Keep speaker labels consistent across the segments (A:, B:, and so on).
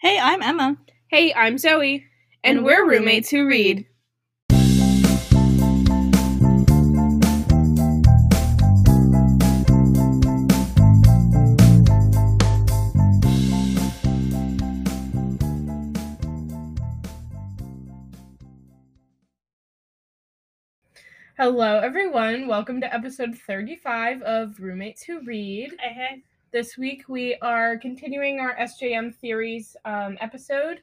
A: Hey, I'm Emma.
B: Hey, I'm Zoe, and,
A: And
B: we're
A: we're
B: roommates who read. Hello, everyone. Welcome to episode 35 of Roommates Who Read.
A: Hey, hey.
B: This week we are continuing our SJM theories um, episode,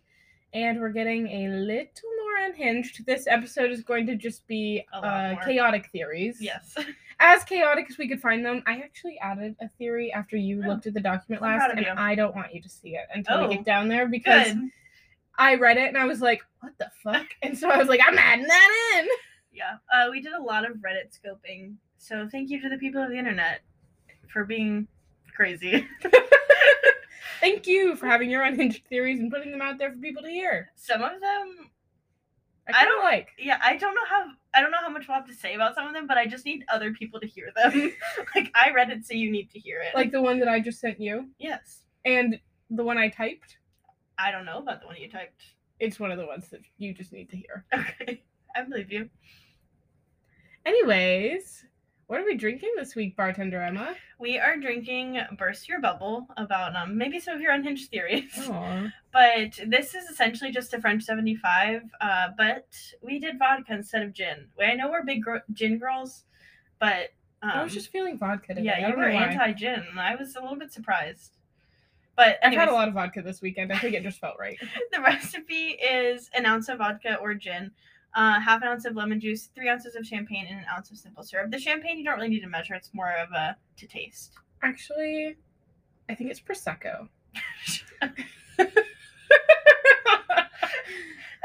B: and we're getting a little more unhinged. This episode is going to just be
A: A lot
B: uh,
A: more.
B: chaotic theories.
A: Yes.
B: As chaotic as we could find them. I actually added a theory after you
A: Oh.
B: looked at the document
A: I'm
B: last,
A: proud of
B: and
A: you.
B: I don't want you to see it until
A: Oh.
B: we get down there because
A: Good.
B: I read it and I was like, what the fuck? And so I was like, I'm adding that in.
A: Yeah. Uh, we did a lot of Reddit scoping. So thank you to the people of the internet for being crazy.
B: Thank you for having your unhinged theories and putting them out there for people to hear.
A: Some of them,
B: I,
A: I
B: kinda
A: don't-
B: like.
A: yeah, I don't know how I don't know how much we'll have to say about some of them, but I just need other people to hear them. like I read it, so you need to hear it.
B: Like the one that I just sent you
A: yes,
B: and the one I typed.
A: I don't know about the one you typed.
B: it's one of the ones that you just need to hear.
A: Okay, I believe you.
B: Anyways, what are we drinking this week, bartender Emma?
A: We are drinking "Burst Your Bubble" about um maybe some of your unhinged theories.
B: Oh,
A: but this is essentially just a French 75. Uh, but we did vodka instead of gin. I know we're big gr- gin girls, but um,
B: I was just feeling vodka today. I
A: yeah, you
B: don't
A: were
B: know why.
A: anti gin. I was a little bit surprised. But
B: I've had
A: anyways,
B: a lot of vodka this weekend. I think it just felt right.
A: the recipe is an ounce of vodka or gin, uh, half an ounce of lemon juice, three ounces of champagne, and an ounce of simple syrup. The champagne you don't really need to measure; it's more of a to taste.
B: Actually, I think it's prosecco.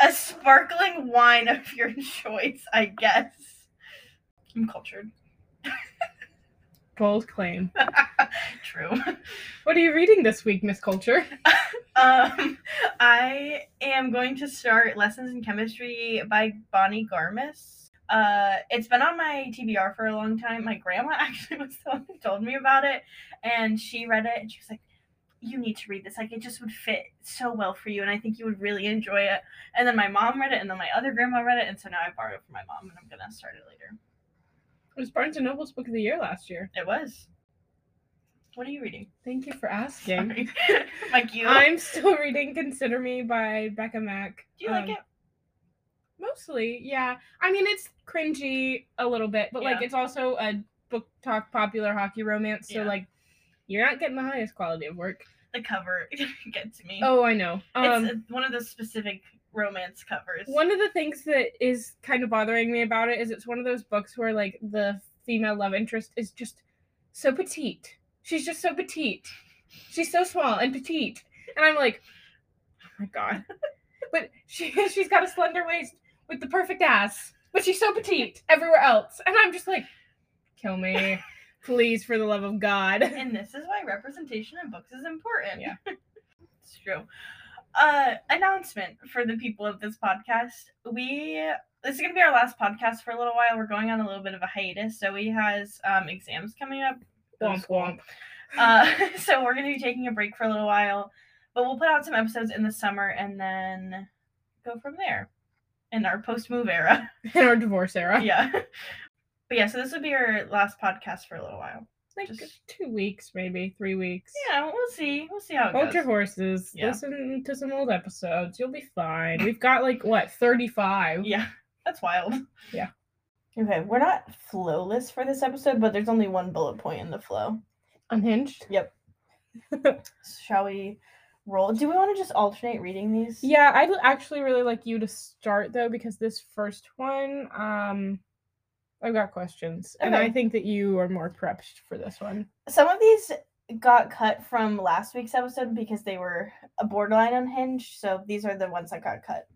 A: a sparkling wine of your choice, I guess. I'm cultured.
B: Bold claim.
A: True.
B: What are you reading this week, Miss Culture?
A: Um, I am going to start Lessons in Chemistry by Bonnie Garmis. Uh, it's been on my TBR for a long time. My grandma actually was the one who told me about it, and she read it and she was like, "You need to read this. Like, it just would fit so well for you, and I think you would really enjoy it." And then my mom read it, and then my other grandma read it, and so now I borrowed it from my mom, and I'm gonna start it later.
B: It was Barnes & Noble's Book of the Year last year.
A: It was. What are you reading?
B: Thank you for asking.
A: Sorry. like you.
B: I'm still reading Consider Me by Becca Mack.
A: Do you
B: Um,
A: like it?
B: Mostly, yeah. I mean, it's cringy a little bit, but like
A: Yeah.
B: it's also a book talk popular hockey romance, so
A: Yeah.
B: like you're not getting the highest quality of work.
A: The cover gets me.
B: Oh, I know. Um,
A: it's uh, one of those specific romance covers.
B: one of the things that is kind of bothering me about it is it's one of those books where like the female love interest is just so petite. She's just so petite. She's so small and petite, and I'm like, oh my god. but she she's got a slender waist with the perfect ass, but she's so petite everywhere else, and I'm just like, kill me, please, for the love of God.
A: and this is why representation in books is important.
B: Yeah.
A: it's true. Uh, announcement for the people of this podcast: We this is gonna be our last podcast for a little while. We're going on a little bit of a hiatus. Zoe has um, exams coming up.
B: Womp womp.
A: Uh, so we're gonna be taking a break for a little while, but we'll put out some episodes in the summer and then go from there. In our post move era.
B: In our divorce era,
A: yeah. But yeah, so this will be our last podcast for a little while.
B: like
A: just-
B: two weeks, maybe three weeks.
A: Yeah, we'll see. We'll see how it
B: Hold your
A: goes.
B: horses.
A: Yeah.
B: Listen to some old episodes. You'll be fine. We've got like what, 35?
A: Yeah, that's wild.
B: Yeah.
A: Okay, we're not flowless for this episode, but there's only one bullet point in the flow.
B: Unhinged?
A: Shall we roll? Do we want to just alternate reading these?
B: Yeah, I'd actually really like you to start though because this first one um I've got questions and I
A: Okay.
B: think that you are more prepped for this one.
A: Some of these got cut from last week's episode because they were a borderline unhinged, so these are the ones that got cut.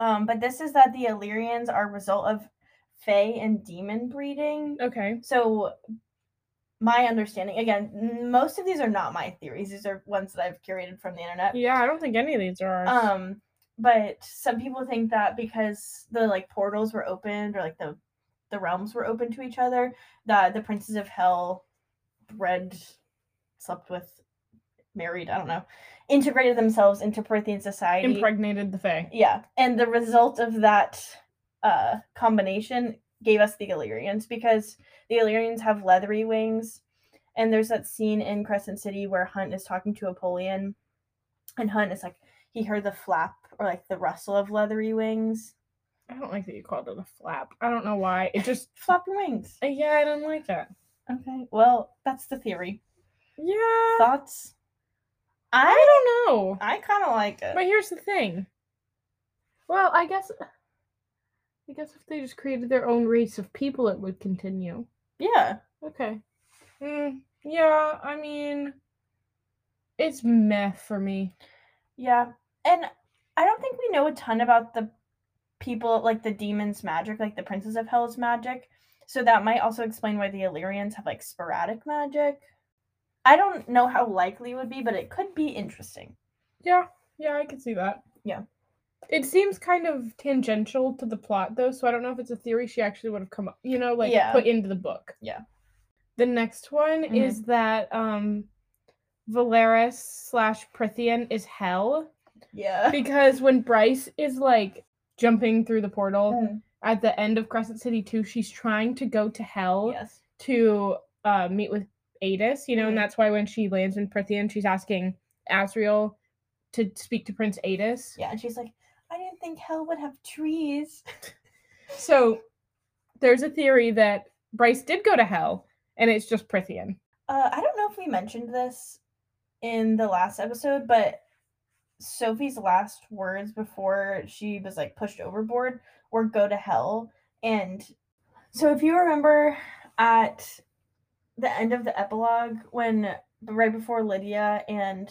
A: Um, but this is that the Illyrians are a result of Fey and demon breeding.
B: Okay.
A: So, my understanding again, n- most of these are not my theories. These are ones that I've curated from the internet.
B: Yeah, I don't think any of these are ours.
A: Um, but some people think that because the like portals were opened or like the the realms were open to each other, that the princes of hell bred slept with married, I don't know, integrated themselves into Perithian society.
B: Impregnated the Fae.
A: yeah, and the result of that uh, combination gave us the Illyrians because the Illyrians have leathery wings, and there's that scene in Crescent City where Hunt is talking to Apollyon, and Hunt is like he heard the flap or like the rustle of leathery wings.
B: I don't like that you called it a flap. I don't know why. It just
A: Flap your wings.
B: Uh, Yeah, I don't like that.
A: Okay, well that's the theory.
B: Yeah.
A: Thoughts? I
B: I don't know.
A: I kind of like it.
B: But here's the thing. Well, I guess I guess if they just created their own race of people it would continue.
A: Yeah,
B: Okay. Mm, yeah, I mean it's meh for me.
A: yeah, and I don't think we know a ton about the people like the demons' magic, like the princes of hell's magic. So that might also explain why the Illyrians have like sporadic magic. I don't know how likely it would be, but it could be interesting.
B: Yeah, yeah, I could see that.
A: Yeah.
B: It seems kind of tangential to the plot though, so I don't know if it's a theory she actually would have come up, you know, like
A: Yeah.
B: put into the book.
A: Yeah.
B: The next one
A: Mhm.
B: is that um Valeris slash Prithian is hell.
A: Yeah.
B: Because when Bryce is like jumping through the portal
A: Mm,
B: at the end of Crescent City 2, she's trying to go to hell
A: Yes.
B: to uh, meet with Adis, you know,
A: Mhm.
B: and that's why when she lands in Prithian, she's asking Asriel to speak to Prince Adis.
A: Yeah, and she's like, I didn't think hell would have trees.
B: So there's a theory that Bryce did go to hell and it's just Prithian.
A: Uh, I don't know if we mentioned this in the last episode, but Sophie's last words before she was like pushed overboard were "go to hell." And so, if you remember, at the end of the epilogue, when right before Lydia and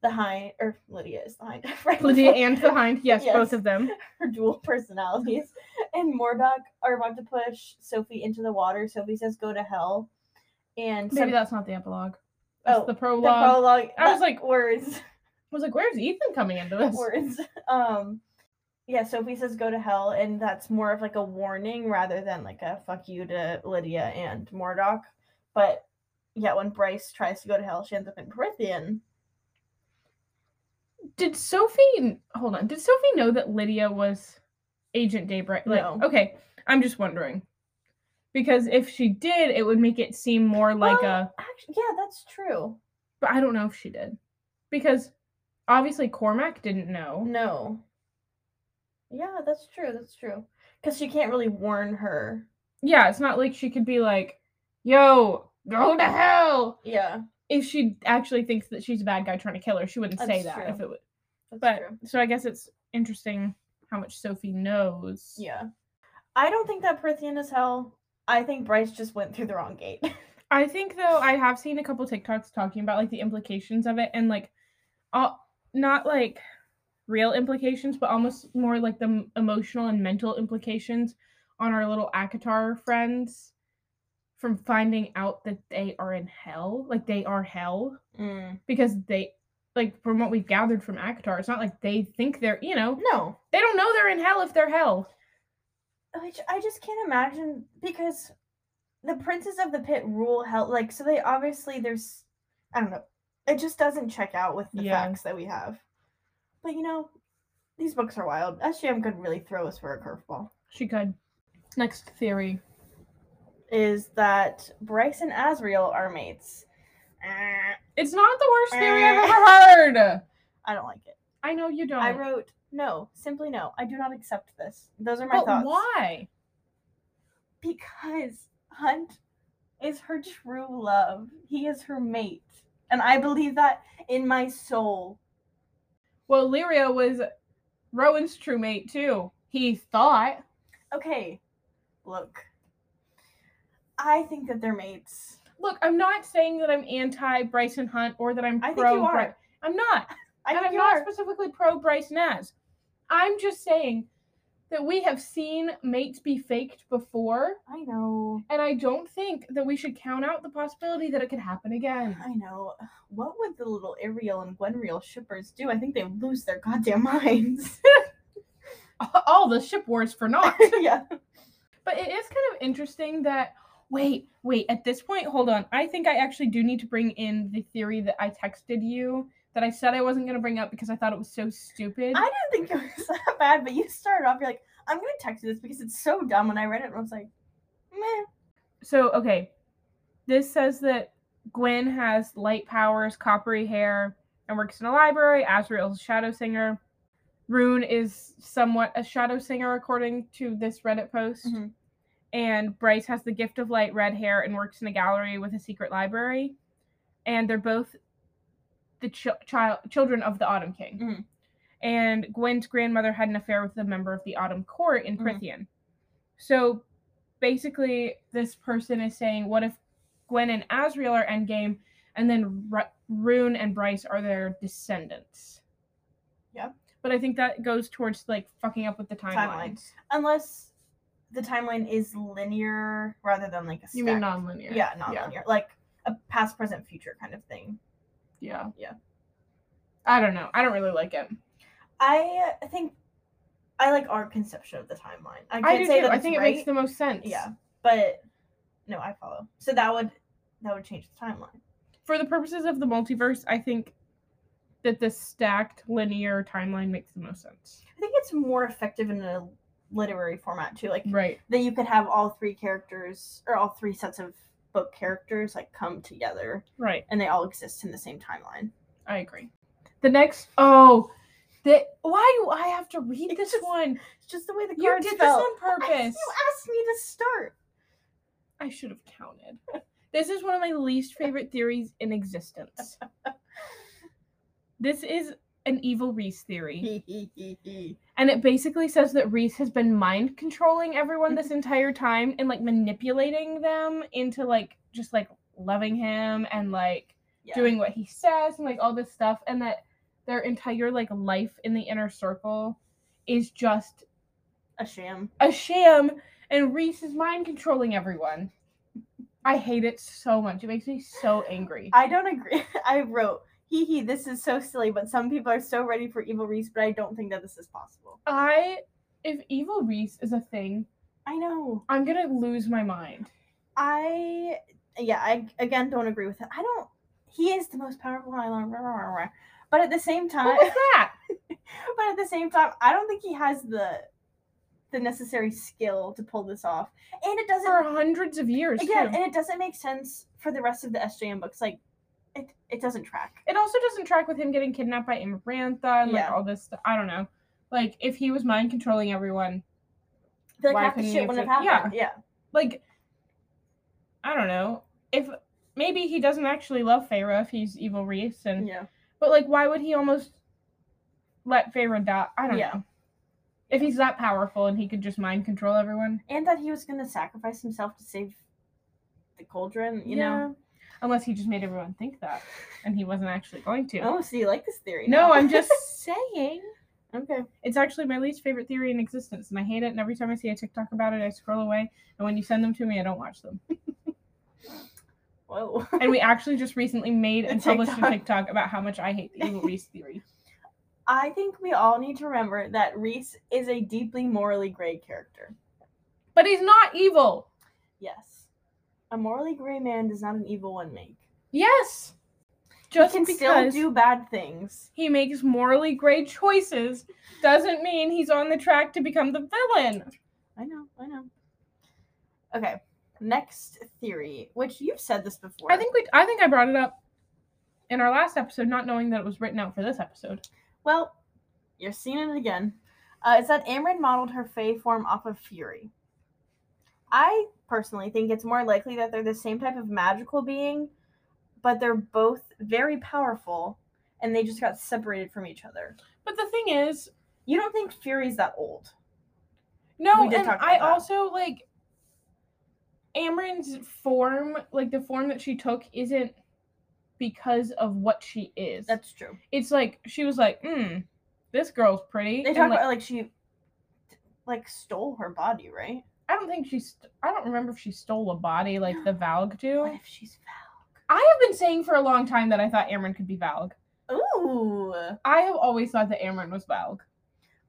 A: the hind, or Lydia is the hind, right
B: Lydia
A: before-
B: and the Hind, yes, both
A: Yes.
B: of them.
A: her dual personalities. And Mordok are about to push Sophie into the water. Sophie says, "Go to hell," and
B: Maybe
A: some-
B: that's not the epilogue. That's
A: oh,
B: the prologue.
A: the prologue.
B: I was like-
A: words,
B: I was like, where's Ethan coming into this?
A: words. Um, yeah. Sophie says, "Go to hell," and that's more of like a warning rather than like a "fuck you" to Lydia and Mordok. But yeah, when Bryce tries to go to hell, she ends up in Perithian.
B: Did Sophie hold on? Did Sophie know that Lydia was Agent Daybreak? Like,
A: No.
B: okay, I'm just wondering because if she did, it would make it seem more like
A: Well,
B: a.
A: Actually, yeah, that's true.
B: But I don't know if she did because obviously Cormac didn't know.
A: No. Yeah, that's true. That's true. Because she can't really warn her.
B: Yeah, it's not like she could be like, "Yo, go to hell."
A: Yeah,
B: If she actually thinks that she's a bad guy trying to kill her, she wouldn't say
A: That's
B: that
A: true.
B: if it would.
A: that's
B: But
A: true.
B: so I guess it's interesting how much Sophie knows.
A: Yeah. I don't think that Prithian is hell. I think Bryce just went through the wrong gate.
B: I think though I have seen a couple TikToks talking about like the implications of it and like all not like real implications but almost more like the m- emotional and mental implications on our little Akatar friends from finding out that they are in hell, like they are hell because they like from what we've gathered from Akatar, it's not like they think they're, you know,
A: No.
B: they don't know they're in hell if they're hell.
A: Which I just can't imagine because the princes of the pit rule hell. Like, so they obviously, there's, I don't know. It just doesn't check out with the
B: Yeah.
A: facts that we have. But you know, these books are wild. SJM could really throw us for a curveball.
B: She could. Next theory.
A: Is that Bryce and Asriel are mates? Eh,
B: It's not the worst theory I've ever heard.
A: I don't like it.
B: I know you don't.
A: I wrote no, simply no. I do not accept this. Those are my
B: but
A: thoughts.
B: why?
A: Because Hunt is her true love. He is her mate. And I believe that in my soul.
B: Well, Lyria was Rowan's true mate too. He thought.
A: Okay, look. I think that they're mates.
B: Look, I'm not saying that I'm anti Bryson Hunt or that I'm
A: I think
B: pro.
A: you are.
B: Bry- I'm not.
A: I
B: and
A: think
B: I'm
A: you
B: not
A: are.
B: specifically pro Bryson as. I'm just saying that we have seen mates be faked before,
A: I know.
B: and I don't think that we should count out the possibility that it could happen again.
A: I know. What would the little Ariel and Gwenriel shippers do? I think they would lose their goddamn minds.
B: All the ship wars for naught.
A: yeah.
B: But it is kind of interesting that Wait, wait. At this point, hold on. I think I actually do need to bring in the theory that I texted you that I said I wasn't going to bring up because I thought it was so stupid.
A: I didn't think it was that bad, but you started off, you're like, I'm gonna text you this because it's so dumb. And I read it and I was like, meh.
B: so, okay. This says that Gwen has light powers, coppery hair, and works in a library. Azrael's a shadow singer. Rune is somewhat a shadow singer, according to this Reddit post.
A: Mhm.
B: And Bryce has the gift of light, red hair, and works in a gallery with a secret library. And they're both the ch- child children of the Autumn King.
A: Mhm.
B: And Gwen's grandmother had an affair with a member of the Autumn Court in
A: Mhm.
B: Prithian. So basically, this person is saying, what if Gwen and Asriel are endgame, and then Ru- Rune and Bryce are their descendants?
A: Yep.
B: But I think that goes towards like fucking up with the
A: Timeline.
B: timelines.
A: Unless the timeline is linear rather than like a stack.
B: You mean nonlinear?
A: Yeah, non linear. Like a past, present, future kind of thing.
B: Yeah.
A: Yeah.
B: I don't know. I don't really like it.
A: I think I like our conception of the timeline. I can
B: I do
A: say
B: too.
A: that
B: I
A: it's
B: think it
A: right,
B: makes the most sense.
A: yeah, but no, I follow. So that would that would change the timeline.
B: For the purposes of the multiverse, I think that the stacked linear timeline makes the most sense.
A: I think it's more effective in a literary format too. Like
B: Right.
A: that you could have all three characters or all three sets of book characters like come together
B: Right.
A: and they all exist in the same timeline.
B: I agree. The next oh the why do I have to read
A: It
B: this
A: just-
B: one?
A: It's just the way the
B: You
A: cards
B: did this
A: fell. Oh,
B: on purpose.
A: You asked me to start.
B: I should have counted. This is one of my least favorite theories in existence. This is an evil Reese theory. And it basically says that Reese has been mind controlling everyone
A: Mm-hmm.
B: this entire time and like manipulating them into like just like loving him and like
A: Yeah.
B: doing what he says and like all this stuff and that their entire like life in the inner circle is just
A: a sham.
B: a sham and Reese is mind controlling everyone. I hate it so much. It makes me so angry.
A: I don't agree. I wrote, hee hee, this is so silly, but some people are so ready for evil Reese, but I don't think that this is possible.
B: I if evil Reese is a thing,
A: I know.
B: I'm gonna lose my mind.
A: I, yeah, I again don't agree with it. I don't, he is the most powerful island, but at the same
B: What
A: time,
B: was that?
A: but at the same time, I don't think he has the the necessary skill to pull this off. And it doesn't
B: For hundreds of years.
A: again,
B: too.
A: and it doesn't make sense for the rest of the SJM books. Like, it it doesn't track.
B: it also doesn't track with him getting kidnapped by Amarantha and like
A: Yeah.
B: all this stuff. I don't know. Like if he was mind controlling everyone,
A: I feel like
B: Why
A: half the
B: couldn't
A: shit
B: he
A: wouldn't
B: have
A: have
B: said-
A: happened. Yeah.
B: like I don't know. If maybe he doesn't actually love Feyre if he's evil Reese and
A: Yeah.
B: but like why would he almost let Feyre die? I don't
A: Yeah.
B: know. If he's that powerful and he could just mind control everyone.
A: And that he was gonna sacrifice himself to save the cauldron, you know.
B: Unless he just made everyone think that and he wasn't actually going to.
A: Oh, so you like this theory?
B: no,
A: now.
B: I'm just saying.
A: okay.
B: It's actually my least favorite theory in existence, and I hate it. And every time I see a TikTok about it, I scroll away. And when you send them to me, I don't watch them.
A: Whoa.
B: And we actually just recently made
A: A
B: and published a
A: TikTok.
B: TikTok about how much I hate the evil Reese theory.
A: I think we all need to remember that Reese is a deeply morally gray character.
B: But he's not evil.
A: Yes. A morally gray man does not an evil one make.
B: Yes. Just
A: he can still
B: because
A: do bad things.
B: he makes morally gray choices doesn't mean he's on the track to become the villain.
A: I know, I know. Okay, next theory, which you've said this before.
B: I think we. I think I brought it up in our last episode, not knowing that it was written out for this episode.
A: Well, you're seeing it again. Uh, it's that Amryn modeled her Fey form off of Fury. I personally think it's more likely that they're the same type of magical being, but they're both very powerful and they just got separated from each other.
B: But the thing is,
A: You don't think Fury's that old?
B: No,
A: We did
B: and
A: talk about
B: I
A: that.
B: also like Amryn's form, like the form that she took, isn't because of what she is.
A: That's true.
B: it's like she was like, hmm, this girl's pretty.
A: They
B: and,
A: talk
B: like,
A: about like she like stole her body, right?
B: I don't think she's. I don't remember if she stole a body like the Valg
A: What
B: do.
A: if she's
B: I have been saying for a long time that I thought Amryn could be Valg.
A: Val? Ooh.
B: I have always thought that Amryn was Valg.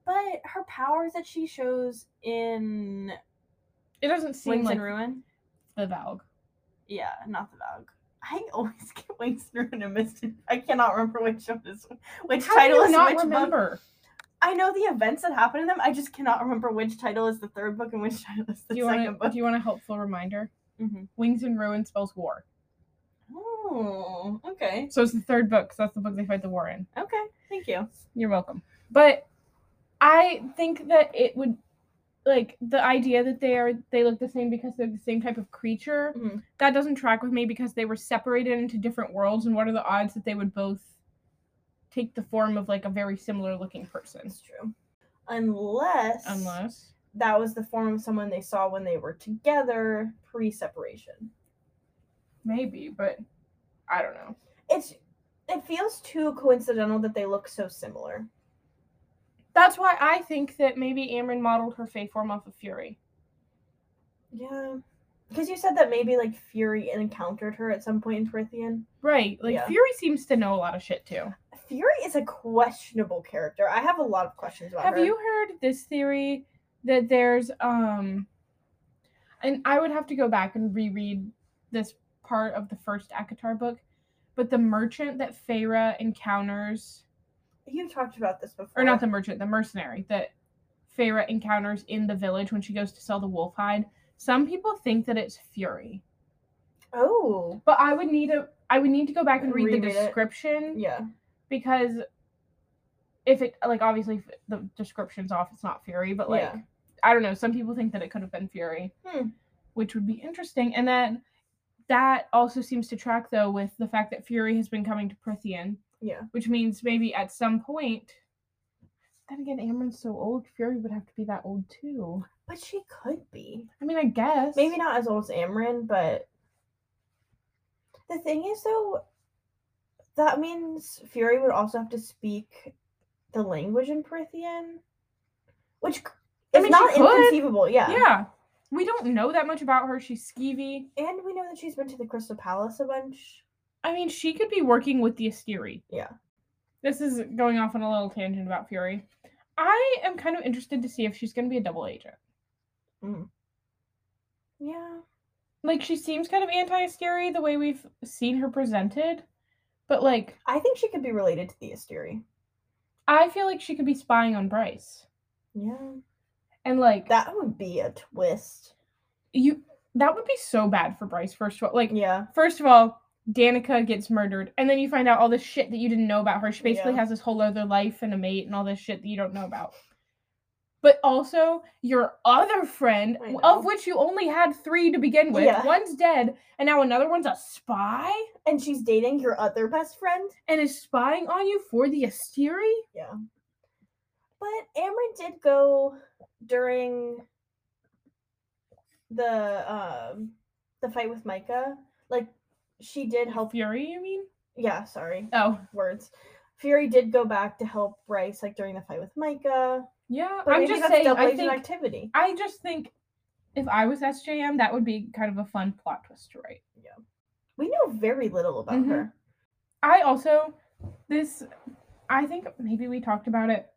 A: But her powers that she shows in
B: It doesn't seem
A: Wings
B: like
A: and Ruin.
B: the Valg.
A: Yeah, not the Valg. I always get Wings Through and a Mist. I cannot remember which one is which
B: How
A: title
B: do you
A: is
B: not
A: which book.
B: remember?
A: I know the events that happen in them. I just cannot remember which title is the third book and which title is the
B: Do you want
A: second
B: to? Do
A: book.
B: you want a helpful reminder?
A: Mhm.
B: Wings and Ruin spells war.
A: Oh, okay,
B: So it's the third book. 'cause that's the book they fight the war in.
A: okay. Thank you.
B: You're welcome. But I think that it would like the idea that they are they look the same because they're the same type of creature.
A: Mhm.
B: That doesn't track with me because they were separated into different worlds and what are the odds that they would both take the form of like a very similar looking person?
A: It's true. Unless,
B: Unless
A: that was the form of someone they saw when they were together pre-separation.
B: maybe, but I don't know.
A: It's it feels too coincidental that they look so similar.
B: That's why I think that maybe Amryn modeled her fae form off of Fury.
A: Yeah. Because you said that maybe like Fury encountered her at some point in Prithian.
B: Right. Like
A: Yeah.
B: Fury seems to know a lot of shit too.
A: Fury is a questionable character. I have a lot of questions about
B: Have
A: her.
B: you heard this theory that there's um and I would have to go back and reread this part of the first Akatar book, but the merchant that Feyre encounters
A: You talked about this before.
B: or not the merchant, the mercenary that Feyre encounters in the village when she goes to sell the wolf hide, some people think that it's Fury.
A: Oh.
B: But I would need a I would need to go back and read
A: Reread
B: the
A: it.
B: description
A: Yeah.
B: because if it like obviously if the description's off, it's not Fury, but like
A: Yeah.
B: I don't know. Some people think that it could have been Fury,
A: Hmm.
B: which would be interesting. And then that also seems to track though with the fact that Fury has been coming to Prithian,
A: Yeah.
B: which means maybe at some point. Then again, Amryn's so old. Fury would have to be that old too.
A: But she could be.
B: I mean, I guess
A: Maybe not as old as Amryn, but the thing is though, that means Fury would also have to speak the language in Prithian. Which c-
B: I
A: is
B: mean, she
A: not
B: could.
A: inconceivable, yeah.
B: Yeah, we don't know that much about her. She's skeevy.
A: And we know that she's been to the Crystal Palace a bunch.
B: I mean, she could be working with the Asteri.
A: Yeah.
B: This is going off on a little tangent about Fury. I am kind of interested to see if she's going to be a double agent.
A: Yeah.
B: Like, she seems kind of anti Asteri the way we've seen her presented, but like,
A: I think she could be related to the Asteri.
B: I feel like she could be spying on Bryce.
A: Yeah.
B: And like,
A: That would be a twist.
B: you, that would be so bad for Bryce, first of all. Like,
A: Yeah.
B: first of all, Danica gets murdered, and then you find out all this shit that you didn't know about her. She basically
A: Yeah.
B: has this whole other life and a mate and all this shit that you don't know about. But also, your other friend,
A: I
B: w-
A: know.
B: of which you only had three to begin with,
A: Yeah.
B: one's dead, and now another one's a spy
A: And she's dating your other best friend.
B: and is spying on you for the Asteri?
A: But Amryn did go during the um the fight with Micah. Like she did help
B: Fury, you mean?
A: yeah, sorry.
B: Oh,
A: Words. Fury did go back to help Bryce like during the fight with Micah.
B: yeah.
A: But
B: I'm
A: maybe
B: just
A: that's
B: saying,
A: double
B: I
A: agent
B: think,
A: activity.
B: I just think if I was SJM, that would be kind of a fun plot twist to write.
A: We know very little about
B: Mhm.
A: her.
B: I also this I think maybe we talked about it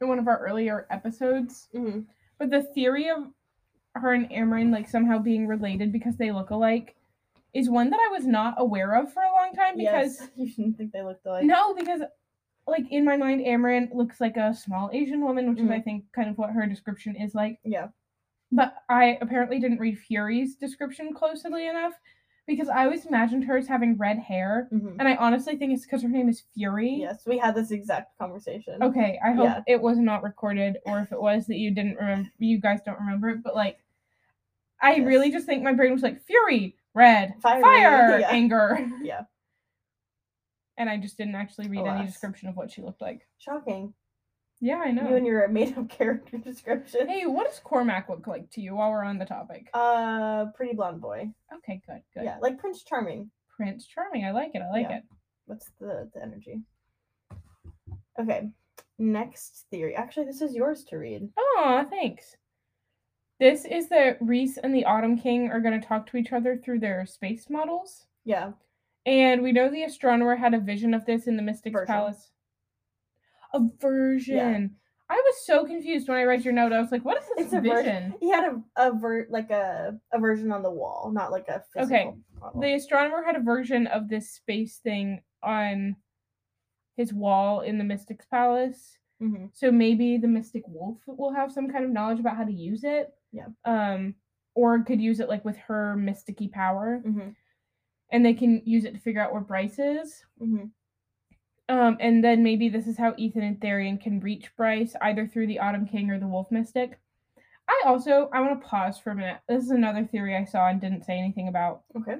B: in one of our earlier episodes,
A: Mm-hmm.
B: but the theory of her and Amryn like somehow being related because they look alike is one that I was not aware of for a long time because
A: yes. you shouldn't think they looked alike.
B: no, because like in my mind Amryn looks like a small Asian woman, which is I
A: Mhm.
B: think kind of what her description is like.
A: Yeah.
B: But I apparently didn't read Fury's description closely enough because I always imagined her as having red hair.
A: Mhm.
B: And I honestly think it's because her name is Fury.
A: Yes, we had this exact conversation.
B: Okay, I hope
A: Mm-hmm. Yeah.
B: it was not recorded, or if it was that you didn't remember, you guys don't remember it. But like, I
A: Yes.
B: really just think my brain was like fury, red,
A: Fiery,
B: fire,
A: yeah.
B: anger,
A: Yeah.
B: and I just didn't actually read any
A: Alas.
B: description of what she looked like.
A: Shocking.
B: Yeah, I know.
A: You and your made up character description.
B: hey, what does Cormac look like to you? While we're on the topic.
A: Uh, pretty blonde boy.
B: okay, good, good.
A: Yeah, like Prince Charming.
B: Prince Charming, I like it. I like
A: Yeah.
B: it.
A: What's the, the energy? Okay, next theory. Actually, this is yours to read.
B: Aw, thanks. This is that Reese and the Autumn King are going to talk to each other through their space models.
A: Yeah,
B: And we know the astronomer had a vision of this in the Mystic's
A: Version.
B: Palace. A version. I was so confused when I read your note. I was like, what is this
A: It's a ver-
B: vision?
A: He had a, a ver- like a, a version on the wall, not like a physical
B: Okay,
A: model.
B: The astronomer had a version of this space thing on his wall in the Mystic's Palace.
A: Mhm.
B: So maybe the Mystic Wolf will have some kind of knowledge about how to use it.
A: Yeah.
B: Um, or could use it like with her mysticky power.
A: Mhm.
B: And they can use it to figure out where Bryce is.
A: Mhm.
B: Um, and then maybe this is how Ethan and Therian can reach Bryce, either through the Autumn King or the Wolf Mystic. I also I want to pause for a minute. This is another theory I saw and didn't say anything about.
A: Okay.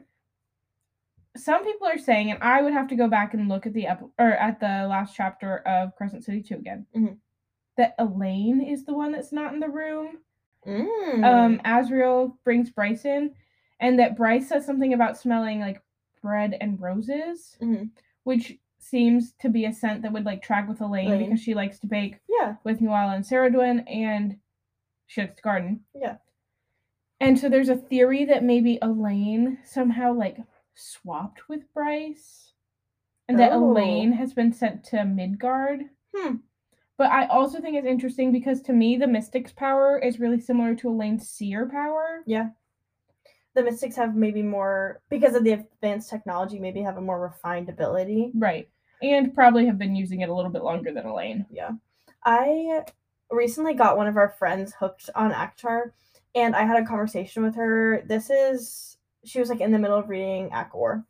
B: Some people are saying, and I would have to go back and look at the ep- or at the last chapter of Crescent City Two again.
A: Mhm.
B: That Elaine is the one that's not in the room.
A: Mm.
B: Um, Azriel brings Bryce in, and that Bryce says something about smelling like bread and roses,
A: Mhm.
B: which seems to be a scent that would like track with Elaine
A: Elaine.
B: because she likes to bake
A: yeah.
B: with Nuala and Sarah Dwyn, and she likes to garden.
A: Yeah.
B: And so there's a theory that maybe Elaine somehow like swapped with Bryce, and that
A: Oh.
B: Elaine has been sent to Midgard.
A: Hmm.
B: But I also think it's interesting because to me, the Mystic's power is really similar to Elaine's Seer power.
A: The mystics have maybe more because of the advanced technology, maybe have a more refined ability.
B: Right. And probably have been using it a little bit longer than Elaine.
A: Yeah. I recently got one of our friends hooked on Akhtar, and I had a conversation with her. This is, she was like in the middle of reading Akor,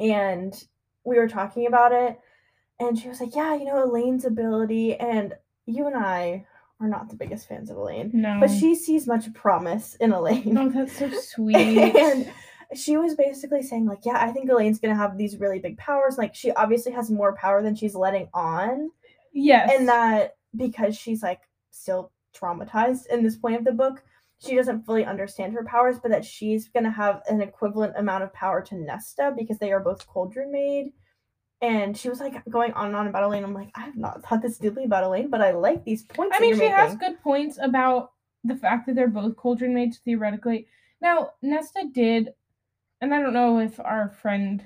A: and we were talking about it, and she was like, Yeah, you know, Elaine's ability, and you and I are not the biggest fans of Elaine,
B: No.
A: but she sees much promise in Elaine.
B: Oh, that's so sweet.
A: And she was basically saying, like, yeah, I think Elaine's gonna have these really big powers. Like, she obviously has more power than she's letting on
B: yes.
A: and that because she's like still traumatized in this point of the book she doesn't fully understand her powers but that she's going to have an equivalent amount of power to nesta because they are both cauldron made and she was like going on and on about elaine i'm like i have not thought this deeply about elaine but i like these points
B: I
A: that
B: mean, she
A: you're
B: has
A: making.
B: good points about the fact that they're both cauldron maids theoretically. Now, Nesta did, and I don't know if our friend.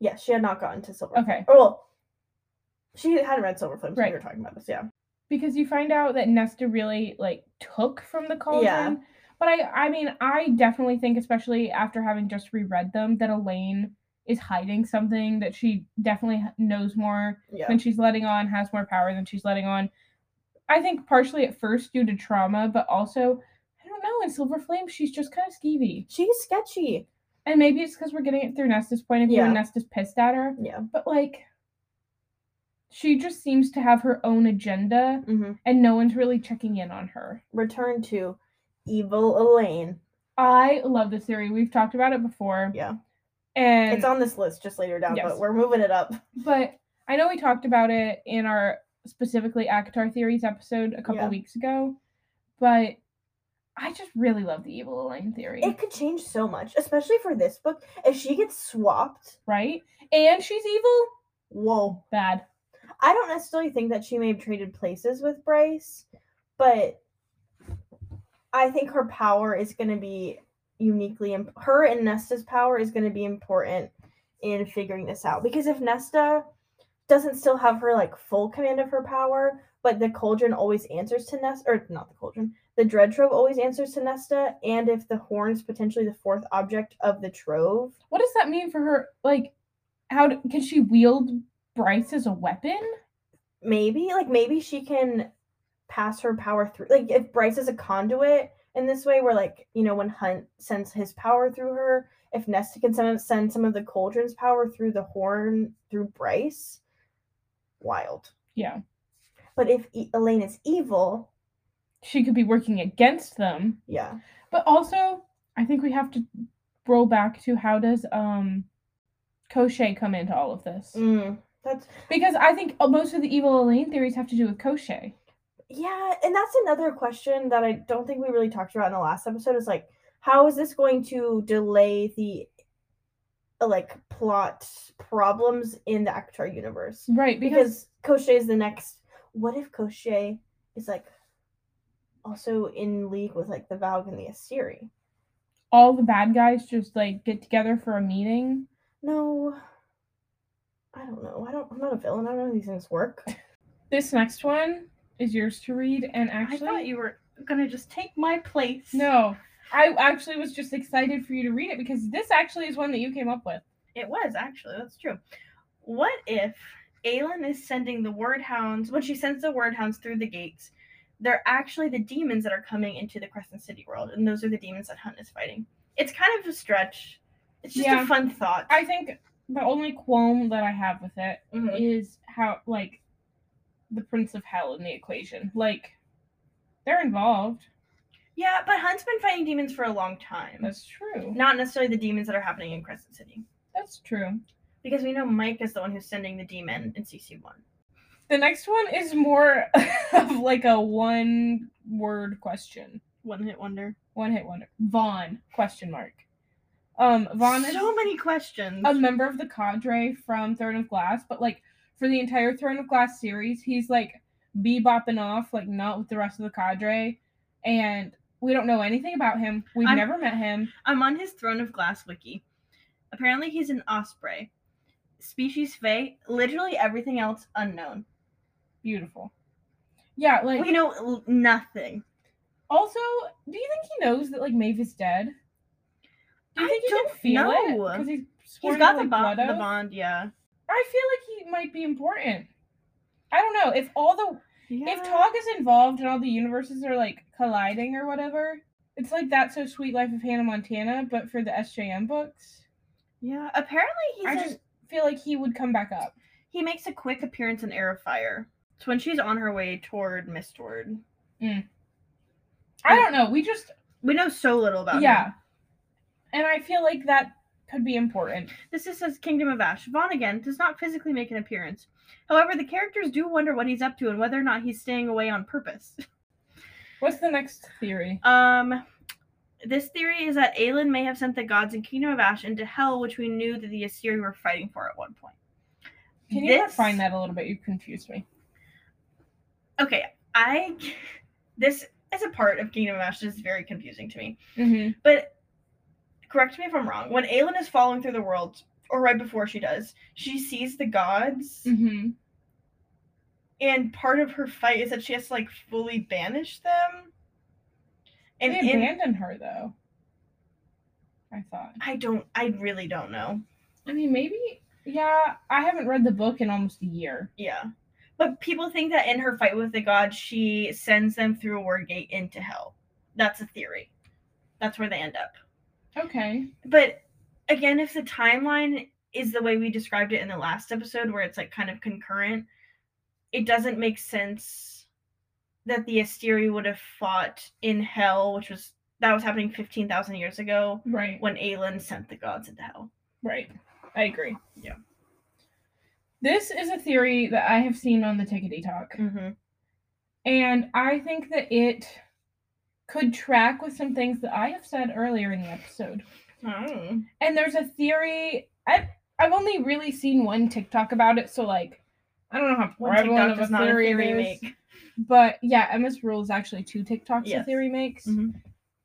A: yeah she had not gotten to silver
B: Okay.
A: oh well she hadn't read silver flames when
B: Right.
A: we were talking about this yeah
B: Because you find out that Nesta really like took from the cauldron. But I, I mean, I definitely think, especially after having just reread them, that Elaine is hiding something that she definitely h- knows more
A: yeah
B: than she's letting on, has more power than she's letting on. I think partially at first due to trauma, but also, I don't know, in Silver Flame, she's just kind of skeevy.
A: she's sketchy
B: And maybe it's because we're getting it through Nesta's point of view and Nesta's pissed at her.
A: yeah
B: But like, she just seems to have her own agenda
A: hmm
B: and no one's really checking in on her.
A: return to evil elaine
B: I love this theory. We've talked about it before.
A: Yeah.
B: And
A: it's on this list just later down
B: Yes.
A: but we're moving it up
B: but I know we talked about it in our specifically Akatar theories episode a couple
A: Yeah.
B: weeks ago, but I just really love the evil Elaine theory,
A: It could change so much, especially for this book. If she gets swapped,
B: right? And she's evil.
A: whoa.
B: Bad.
A: I don't necessarily think that she may have traded places with Bryce, but I think her power is going to be uniquely imp- her and Nesta's power is going to be important in figuring this out because if Nesta doesn't still have her like full command of her power, but the cauldron always answers to Nesta or not the cauldron, the dread trove always answers to Nesta, and if the horn is potentially the fourth object of the trove,
B: What does that mean for her? Like, how d can she wield Bryce as a weapon?
A: maybe like maybe she can pass her power through like if bryce is a conduit in this way where like you know when hunt sends his power through her if nesta can some, send some of the cauldron's power through the horn through bryce wild
B: Yeah,
A: but if e- elaine is evil
B: she could be working against them.
A: yeah
B: But also, I think we have to roll back to how does um, Koshe come into all of this?
A: mm, that's
B: Because I think uh, most of the evil Elaine theories have to do with Koshe.
A: yeah and that's another question that i don't think we really talked about in the last episode is like how is this going to delay the uh, like plot problems in the Akatar universe
C: Mm,
B: Right, because,
A: because Koshe is the next. What if Koshe is like also in league with like the Valg and the Asiri?
B: all the bad guys just like get together for a meeting.
A: No, I don't know. I don't. I'm not a villain. I don't know how these things work.
B: This next one is yours to read, and
C: I
B: actually,
C: thought you were gonna just take my place.
B: no, I actually was just excited for you to read it because this actually is one that you came up with.
A: It was actually that's true. What if Aelin is sending the word hounds when she sends the word hounds through the gates? They're actually the demons that are coming into the Crescent City world, and those are the demons that Hunt is fighting. It's kind of a stretch. It's just
B: Yeah.
A: a fun thought.
B: I think the only qualm that I have with it
A: Mhm.
B: is how like the Prince of Hell in the equation. Like they're involved.
A: Yeah, but Hunt's been fighting demons for a long time.
B: That's true.
A: Not necessarily the demons that are happening in Crescent City,
B: That's true.
A: because we know Mike is the one who's sending the demon in CC one.
B: The next one is more of like a one word question.
A: One hit wonder.
B: One hit wonder. Vaughn question mark. Um Vaughn is
A: so many questions.
B: a member of the cadre from Throne of Glass, but like for the entire Throne of Glass series, he's like bebopping off, like not with the rest of the cadre, and we don't know anything about him. We've
A: I'm-
B: never met him.
A: I'm on his Throne of Glass wiki. Apparently, he's an osprey. Species Fey, literally everything else unknown.
B: Beautiful. Yeah, like
A: We know l- nothing.
B: also, do you think he knows that like Maeve is dead? Do you
A: I
B: think he
A: don't
B: can feel
A: know.
B: it? Because he's
A: He's
B: sworn
A: got
B: to,
A: the,
B: like,
A: bond,
B: blood
A: the
B: oath?
A: bond, yeah.
B: I feel like he might be important. I don't know if all the If Tog is involved and all the universes are like colliding or whatever, it's like that so sweet life of Hannah Montana, but for the SJM books.
A: yeah, apparently he's
B: I
A: in-
B: just feel like he would come back up.
A: he makes a quick appearance in Air of Fire. It's when she's on her way toward Mistward.
B: I don't know. We just
A: We know so little about him.
B: yeah. And I feel like that could be important.
A: This is his Kingdom of Ash. Vaughn again does not physically make an appearance. However, the characters do wonder what he's up to and whether or not he's staying away on purpose.
B: What's the next theory?
A: Um, this theory is that Aelin may have sent the gods and Kingdom of Ash into Hell, which we knew that the Assyri were fighting for at one point.
B: Can you
A: this-
B: refine that a little bit? You confused me.
A: Okay, I this is a part of Kingdom of Ash that's very confusing to me.
B: Mm-hmm.
A: But correct me if I'm wrong. When Aelin is following through the world, or right before she does, she sees the gods,
B: Mm-hmm.
A: and part of her fight is that she has to like fully banish them. And
B: they
A: in-
B: abandon her though. I thought.
A: I don't. I really don't know.
B: I mean, maybe. Yeah, I haven't read the book in almost a year.
A: Yeah. But people think that in her fight with the god, she sends them through a word gate into hell. That's a theory. That's where they end up.
B: Okay.
A: But again, if the timeline is the way we described it in the last episode, where it's like kind of concurrent, it doesn't make sense that the Asteri would have fought in hell, which was that was happening 15,000 years ago
B: Right.
A: when Aelin sent the gods into hell.
B: Right. I agree.
A: Yeah.
B: This is a theory that I have seen on the Tickety Talk.
A: Mm-hmm.
B: And I think that it could track with some things that I have said earlier in the episode.
A: Oh.
B: And there's a theory I I've only really seen one TikTok about it, so like I don't know how
A: One
B: prevalent
A: TikTok
B: of a
A: does not a
B: theory, it
A: theory
B: is. Mm-hmm.
A: make.
B: But yeah, Emma's rule is actually two TikToks a
A: Yes.
B: theory makes.
A: Mhm.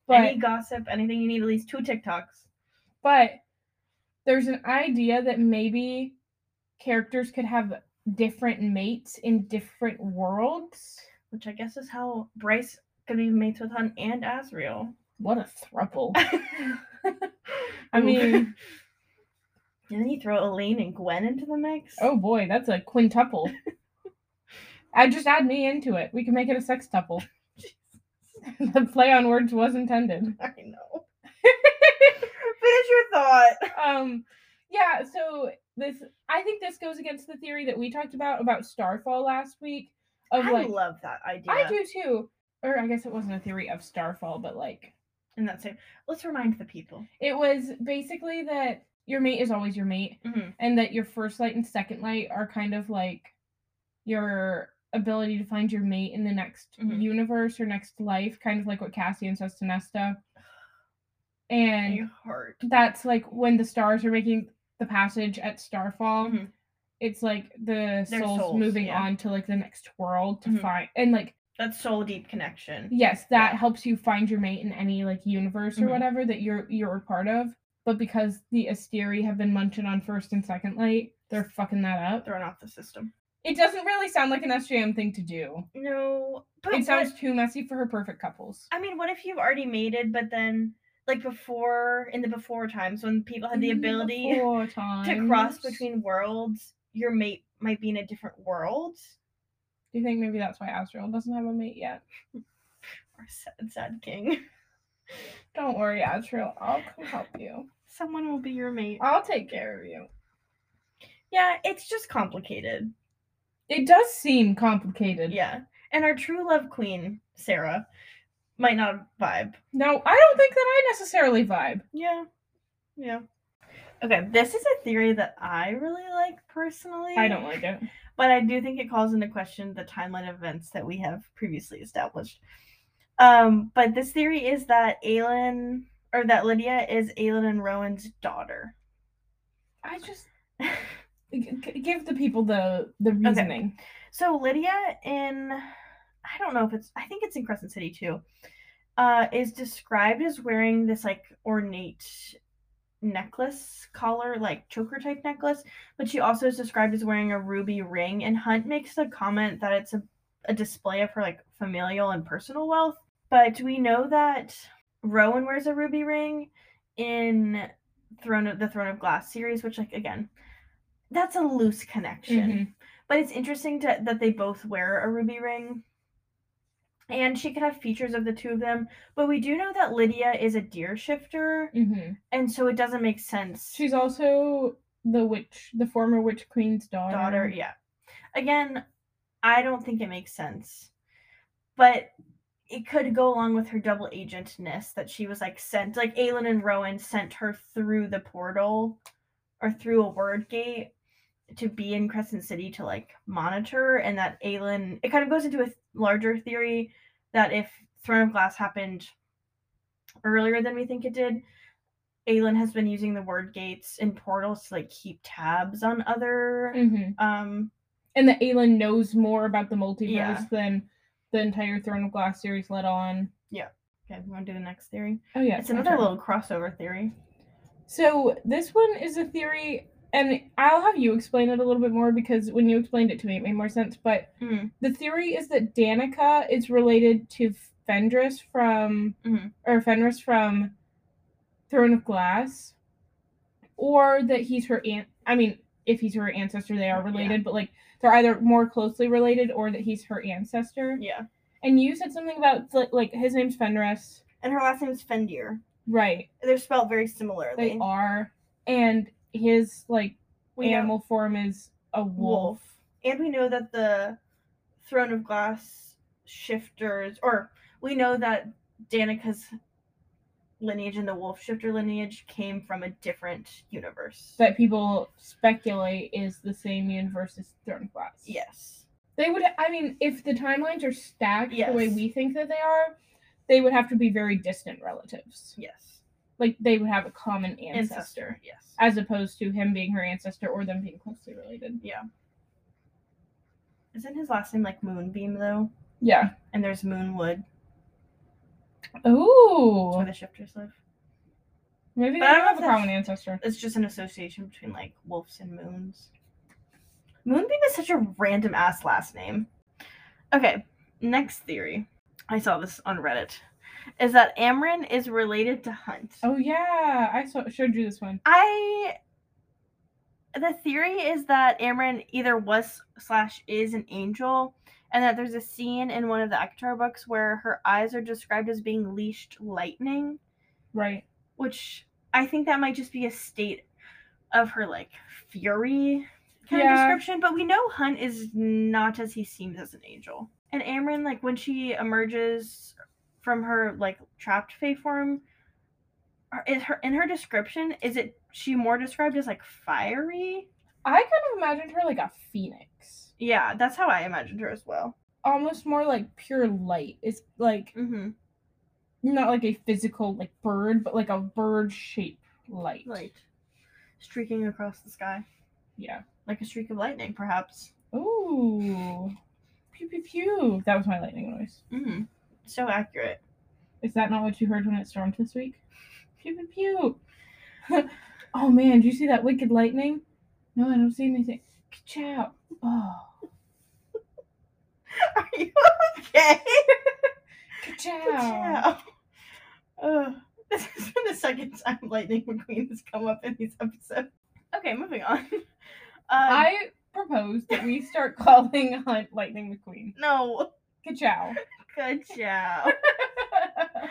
B: But
A: Any gossip, anything you need, at least two TikToks.
B: but there's an idea that maybe characters could have different mates in different worlds.
A: which I guess is how Bryce could be mates with Hunt and Asriel.
B: What a thruple. I
A: Ooh.
B: mean,
A: and then you throw Elaine and Gwen into the mix.
B: oh boy, that's a quintuple. I just add me into it. We can make it a sextuple. the play on words was intended.
A: I know. Finish your thought.
B: Um yeah, so this I think this goes against the theory that we talked about about Starfall last week of
A: I
B: like
A: love that idea.
B: I do too. Or I guess it wasn't a theory of Starfall, but like
A: And that's it. Let's remind the people.
B: It was basically that your mate is always your mate,
A: Mhm.
B: and that your first light and second light are kind of like your ability to find your mate in the next
A: Mhm.
B: universe or next life, kind of like what Cassian says to Nesta.
A: In
B: And
A: your heart.
B: that's like when the stars are making the passage at starfall.
A: Mhm.
B: It's like the
A: Their
B: souls,
A: souls,
B: moving
A: yeah.
B: on to like the next world to
A: Mhm.
B: find, and like
A: That soul deep connection.
B: yes that
A: Yeah.
B: helps you find your mate in any like universe or
A: Mhm.
B: whatever that you're you're a part of but because the asteri have been munching on first and second light they're fucking that up
A: Thrown off the system.
B: It doesn't really sound like an SJM thing to do.
A: No, but
B: It
A: what-
B: sounds too messy for her perfect couples.
A: I mean, what if you've already mated, but then like before in the before times when people had the
B: Mm,
A: ability
B: Four
A: to cross
B: times.
A: between worlds, your mate might be in a different world.
B: Do you think maybe that's why Azrael doesn't have a mate yet?
A: Or sad, sad king.
B: Don't worry, Azrael. I'll come help you.
C: Someone will be your mate.
B: I'll take care of you.
A: Yeah, it's just complicated.
B: It does seem complicated.
A: Yeah, and our true love queen Sarah might not vibe.
B: No, I don't think that I necessarily vibe.
A: Yeah, yeah. Okay, this is a theory that I really like personally.
B: I don't like it.
A: but I do think it calls into question the timeline of events that we have previously established. Um, but this theory is that Aelin or that Lydia is Aelin and Rowan's daughter.
B: I just g- g- give the people the the reasoning.
A: so Lydia in I don't know if it's I think it's in Crescent City too, uh, is described as wearing this like ornate necklace collar like choker type necklace but she also is described as wearing a ruby ring and hunt makes the comment that it's a, a display of her like familial and personal wealth but we know that rowan wears a ruby ring in throne of the throne of glass series which like again that's a loose connection
B: Mhm.
A: but it's interesting to, that they both wear a ruby ring. And she could have features of the two of them, but we do know that Lydia is a deer shifter,
B: Mhm.
A: and so it doesn't make sense.
B: She's also the witch, the former witch queen's daughter.
A: daughter, yeah. Again, I don't think it makes sense, but it could go along with her double agentness that she was like sent, like Aelin and Rowan sent her through the portal or through a word gate to be in Crescent City to like monitor, and that Aelin. It kind of goes into a th- larger theory that if Throne of Glass happened earlier than we think it did, Aelin has been using the word gates and portals to like keep tabs on other
B: Mhm.
A: um
B: And that Aelin knows more about the multiverse
A: Yeah.
B: than the entire Throne of Glass series let on.
A: okay we want to do the next theory
B: Oh yeah,
A: it's
B: my
A: another
B: turn.
A: little crossover theory
B: So this one is a theory, and I'll have you explain it a little bit more because when you explained it to me, it made more sense. But
A: Mm.
B: the theory is that Danica is related to Fenris from,
A: Mhm.
B: or Fenris from Throne of Glass, or that he's her aunt. I mean, if he's her ancestor, they are
A: Yeah.
B: related, but like they're either more closely related or that he's her ancestor.
A: yeah
B: And you said something about like- like his name's Fenris,
A: and her last name is fendir
B: right?
A: they're spelled very
B: They
A: similarly
B: are, and his like
A: we know,
B: animal form is a wolf.
A: and we know that the throne of glass shifters or we know that danica's lineage and the wolf shifter lineage came from a different universe
B: That people speculate is the same universe as Throne of Glass.
A: yes
B: They would, I mean, if the timelines are stacked the way
A: Yes.
B: we think that they are, they would have to be very distant relatives.
A: yes
B: Like they would have a common ancestor,
A: yes
B: as opposed to him being her ancestor or them being closely related.
A: isn't his last name like moonbeam though
B: Yeah.
A: and there's moonwood
B: Ooh.
A: where the shifters live
B: Maybe they
A: But I
B: do
A: don't
B: have a
A: know if
B: common
A: that's-
B: ancestor.
A: it's just an association between like wolves and moons. Moonbeam is such a random ass last name. Okay, next theory. I saw this on Reddit. Is that Amryn is related to Hunt.
B: Oh yeah, I saw, showed you this one.
A: I the theory is that Amryn either was slash is an angel, and that there's a scene in one of the Akatar books where her eyes are described as being leashed lightning
B: Right.
A: which I think that might just be a state of her like fury kind
B: Yeah.
A: of description. But we know Hunt is not as he seems as an angel. And Amryn, like when she emerges from her like trapped fae form, are- is her in her description is it she more described as like fiery?
B: I kind of imagined her like a phoenix.
A: Yeah, that's how I imagined her as well.
B: almost more like pure light. It's like
A: Mm-hmm.
B: not like a physical like bird, but like a bird shaped light.
A: Light streaking across the sky
B: Yeah.
A: like a streak of lightning, perhaps.
B: Ooh. Pew pew pew. That was my lightning noise.
A: Mm. So accurate.
B: Is that not what you heard when it stormed this week? Pew pew pew. oh man, do you see that wicked lightning? No, I don't see anything. Catch out. Oh.
A: Okay.
B: Good
A: Yeah. Ugh. This has been the second time Lightning McQueen has come up in these episodes. Okay, moving on. Um,
B: I propose that we start calling Hunt Lightning McQueen.
A: no.
B: Good chow.
A: Good job.
B: no,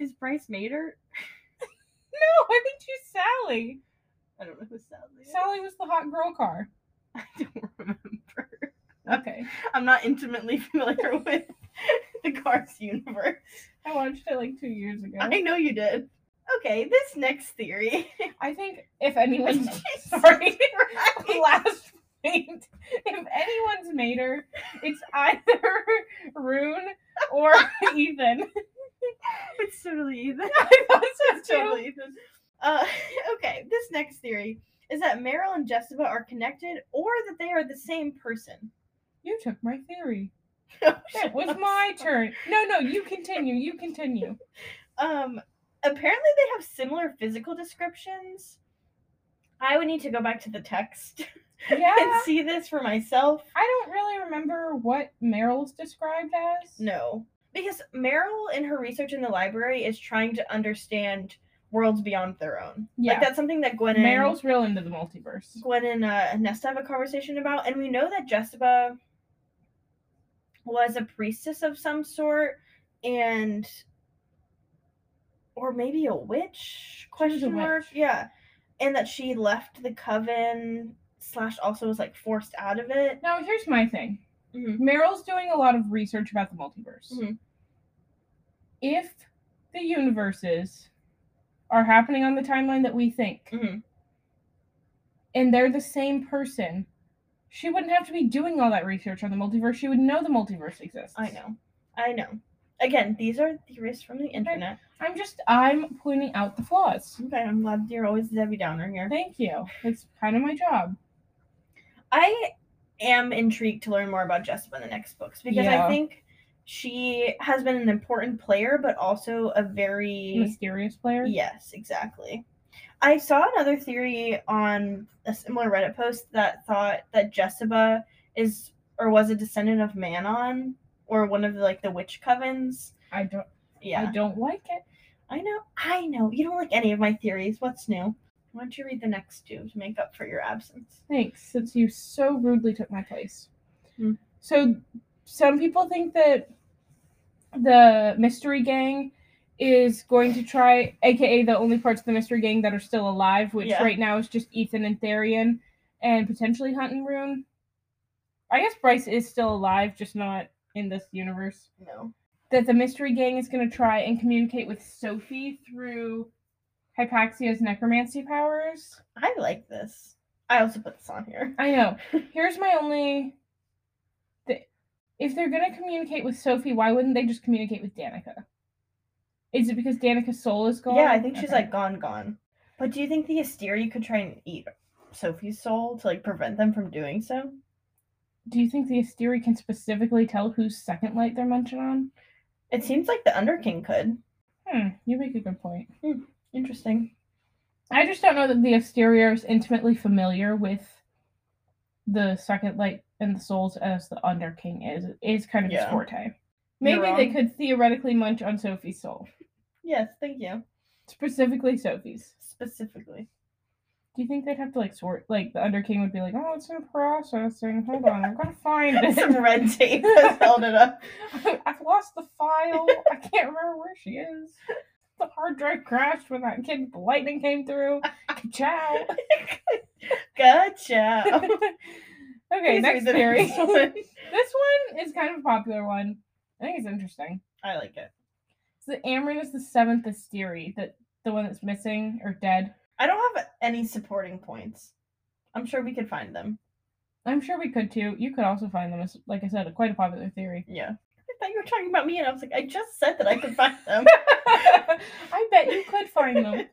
C: Is Bryce Mater?
B: I think she's Sally.
A: I don't know who Sally is.
B: Sally was the hot girl car.
A: I don't remember.
B: Okay.
A: I'm not intimately familiar with the Cars universe.
B: I watched it like two years ago.
A: I know you did. Okay, this next theory.
B: I think if anyone's
A: Jesus
B: sorry,
A: Christ.
B: last point. If anyone's mater, it's either Rune or Ethan.
A: it's totally Ethan.
B: I thought so
A: It's
B: too.
A: totally Ethan. Uh, okay, this next theory is that Meryl and Jessica are connected or that they are the same person.
B: You took my theory.
A: Oh,
B: It
A: shit,
B: was
A: I'm
B: my
A: sorry.
B: turn. No, no, you continue. You continue.
A: Um, apparently they have similar physical descriptions. I would need to go back to the text
B: Yeah.
A: and see this for myself.
B: I don't really remember what Meryl's described as.
A: No. Because Meryl, in her research in the library, is trying to understand worlds beyond their own.
B: Yeah.
A: Like, that's something that Gwen and,
B: Meryl's real into the multiverse.
A: Gwen and uh, Nesta have a conversation about. And we know that Jessica was a priestess of some sort and. Or maybe a witch?
B: was a
A: Question mark.
B: witch.
A: Yeah. And that she left the coven, slash, also was like forced out of it.
B: Now, here's my thing.
A: Mhm.
B: Meryl's doing a lot of research about the multiverse.
A: Mhm.
B: If the universes are happening on the timeline that we think,
A: Mhm.
B: and they're the same person, she wouldn't have to be doing all that research on the multiverse. She would know the multiverse exists.
A: I know. I know. Again, these are theories from the internet.
B: I'm just I'm pointing out the flaws.
A: Okay, I'm glad you're always the Debbie Downer here.
B: Thank you. It's kind of my job.
A: I am intrigued to learn more about Jessica in the next books because
B: Yeah.
A: I think she has been an important player, but also a very
B: Mysterious player.
A: yes, exactly. I saw another theory on a similar Reddit post that thought that Jessica is or was a descendant of Manon or one of the, like the witch covens.
B: I don't. I
A: Yeah,
B: don't like it.
A: I know, I know. You don't like any of my theories. What's new? Why don't you read the next two to make up for your absence?
B: Thanks, since you so rudely took my place.
A: Hmm.
B: So, some people think that the mystery gang is going to try, aka the only parts of the mystery gang that are still alive, which
A: Yeah.
B: right now is just Ethan and Therian, and potentially Hunt and Rune. I guess Bryce is still alive, just not in this universe.
A: No.
B: That the mystery gang is going to try and communicate with Sophie through Hypaxia's necromancy powers.
A: I like this. I also put this on here.
B: I know. Here's my only. Th- if they're gonna communicate with Sophie, why wouldn't they just communicate with Danica? Is it because Danica's soul is gone?
A: Yeah, I think she's
B: Okay.
A: like gone, gone. But do you think the Asteria could try and eat Sophie's soul to like prevent them from doing so?
B: Do you think the Asteri can specifically tell whose second light they're munching on?
A: It seems like the Underking could.
B: Hmm, you make a good point.
A: Interesting.
B: I just don't know that the Asteri is intimately familiar with the second light and the souls as the Underking is. It is kind of his
A: Yeah.
B: forte.
A: You're
B: Maybe they
A: wrong.
B: could theoretically munch on Sophie's soul,
A: Yes, thank you.
B: specifically Sophie's.
A: Specifically.
B: Do you think they'd have to like sort like the Under King would be like, oh, it's in processing. Hold on, I've got to find
A: Some
B: it.
A: red tape has held it up.
B: I've lost the file. I can't remember where she is. The hard drive crashed when that kid with the lightning came through. Ciao.
A: Gotcha.
B: okay,
A: Please
B: next
A: read the
B: theory.
A: next one.
B: this one is kind of a popular one. I think it's interesting.
A: I like it.
B: So that Amryn is the seventh Asteri, that the one that's missing or dead.
A: I don't have any supporting points. I'm sure we could find them.
B: I'm sure we could too. You could also find them as, like I said, quite a popular theory.
A: Yeah. I thought you were talking about me, and I was like, I just said that I could find them.
B: I bet you could find them.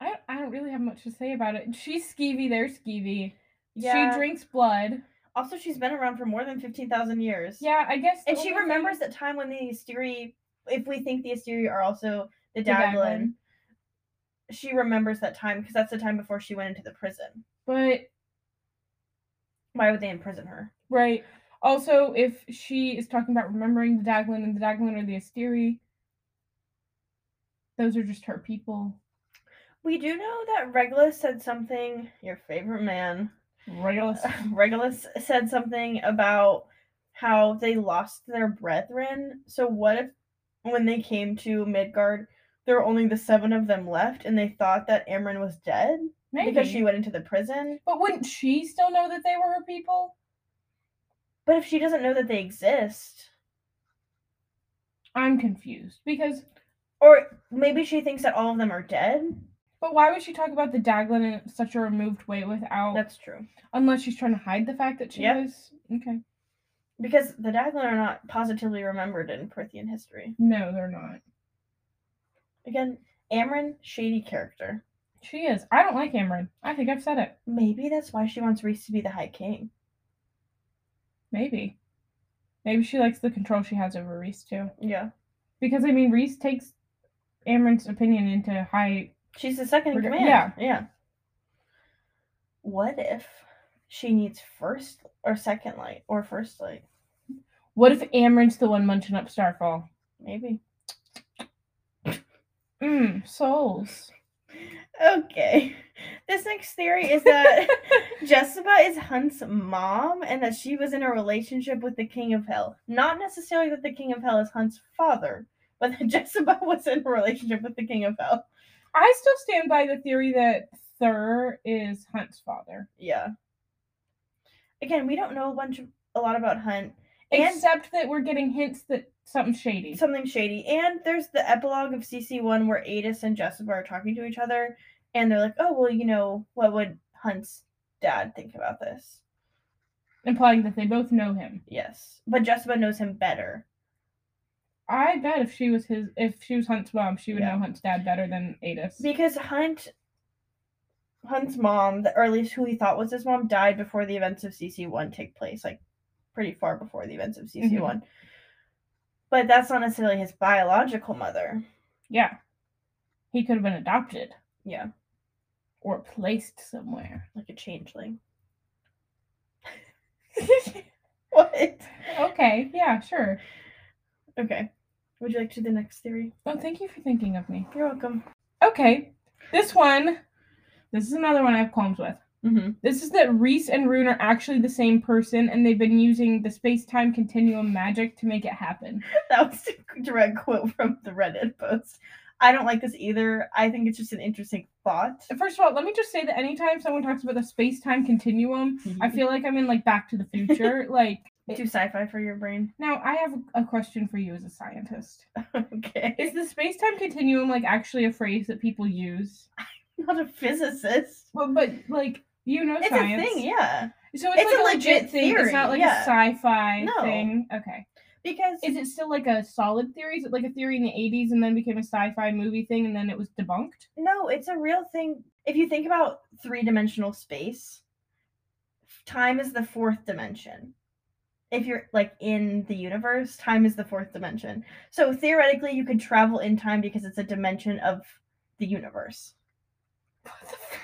B: I, I don't really have much to say about it. She's skeevy, they're skeevy. She drinks blood.
A: Also, she's been around for more than 15,000 years.
B: Yeah, I guess. the
A: And she
B: only
A: remembers
B: thing-
A: the time when the Asteri, if we think the Asteri are also the
B: The Daglin.
A: Daglin, she remembers that time because that's the time before she went into the prison.
B: But,
A: Why would they imprison her?
B: right. Also, if she is talking about remembering the Daglin and the Daglin are the Asteri, those are just her people.
A: We do know that Regulus said something, your favorite man.
B: Regulus.
A: Regulus said something about how they lost their brethren. So what if when they came to Midgard, there were only the seven of them left and they thought that Amryn was dead
B: Maybe.
A: because she went into the prison?
B: but wouldn't she still know that they were her people?
A: But if she doesn't know that they exist,
B: I'm confused because.
A: or maybe she thinks that all of them are dead.
B: But why would she talk about the Daglin in such a removed way without?
A: That's true.
B: unless she's trying to hide the fact that she
A: Yep.
B: was. Okay.
A: Because the Daglin are not positively remembered in Prithian history.
B: No, they're not.
A: Again, Amryn, shady character.
B: She is. I don't like Amryn. I think I've said it.
A: Maybe that's why she wants Reese to be the High King.
B: Maybe. Maybe she likes the control she has over Reese too.
A: Yeah.
B: Because I mean, Reese takes Amryn's opinion into high.
A: She's the second in
B: Reg-
A: command.
B: yeah.
A: Yeah. What if she needs first or second light or first light?
B: What if Amryn's the one munching up Starfall?
A: Maybe.
B: Mmm, souls.
A: Okay. This next theory is that Jessica is Hunt's mom and that she was in a relationship with the King of Hell. Not necessarily that the King of Hell is Hunt's father, but that Jessica was in a relationship with the King of Hell.
B: I still stand by the theory that Thur is Hunt's father,
A: Yeah. Again, we don't know a bunch of a lot about Hunt. And
B: except that we're getting hints that something shady.
A: something shady. And there's the epilogue of CC1 where Adis and Jessica are talking to each other, and they're like, "Oh, well, you know, what would Hunt's dad think about this?"
B: implying that they both know him.
A: Yes, but Jessica knows him better.
B: I bet if she was his, if she was Hunt's mom, she would
A: Yeah.
B: know Hunt's dad better than Adis.
A: because Hunt Hunt's mom, the- or at least who he thought was his mom, died before the events of CC1 take place, like pretty far before the events of CC1. But that's not necessarily his biological mother.
B: yeah, he could have been adopted
A: Yeah,
B: or placed somewhere.
A: like a changeling. What?
B: okay, yeah, sure.
A: Okay. Would you like to do the next theory?
B: Well, thank you for thinking of me.
A: You're welcome.
B: Okay, this one, this is another one I have qualms with.
A: Mm-hmm.
B: This is that Reese and Rune are actually the same person, and they've been using the space-time continuum magic to make it happen.
A: That was a direct quote from the Reddit post. I don't like this either. I think it's just an interesting thought.
B: First of all, let me just say that anytime someone talks about the space-time continuum, I feel like I'm in like Back to the Future. like
A: Too sci-fi for your brain.
B: now, I have a question for you as a scientist.
A: okay.
B: Is the space-time continuum like actually a phrase that people use?
A: not a physicist.
B: Well, but like you know
A: It's
B: science,
A: a thing, yeah.
B: so it's,
A: It's
B: like a
A: a legit
B: legit thing. It's not
A: theory,
B: like
A: yeah.
B: a sci-fi
A: No.
B: thing. Okay,
A: Because
B: is it still like a solid theory? Is it like a theory in the '80s and then became a sci-fi movie thing and then it was debunked?
A: no, it's a real thing. If you think about three-dimensional space, time is the fourth dimension. If you're like in the universe, time is the fourth dimension. So theoretically, you could travel in time because it's a dimension of the universe.
B: What the fuck?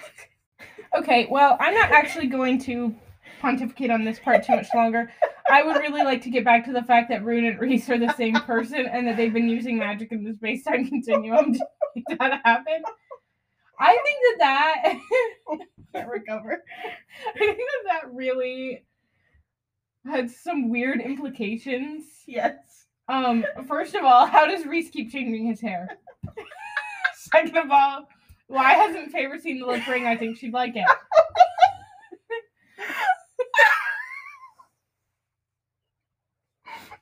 B: Okay, well, I'm not actually going to pontificate on this part too much longer. I would really like to get back to the fact that Rune and Reese are the same person and that they've been using magic in the space time continuum to make that happen. I think that that,
A: Can't recover.
B: I think that, that really had some weird implications.
A: yes.
B: Um, first of all, how does Reese keep changing his hair? Second of all, why hasn't Favor seen the lip ring? I think she'd like it.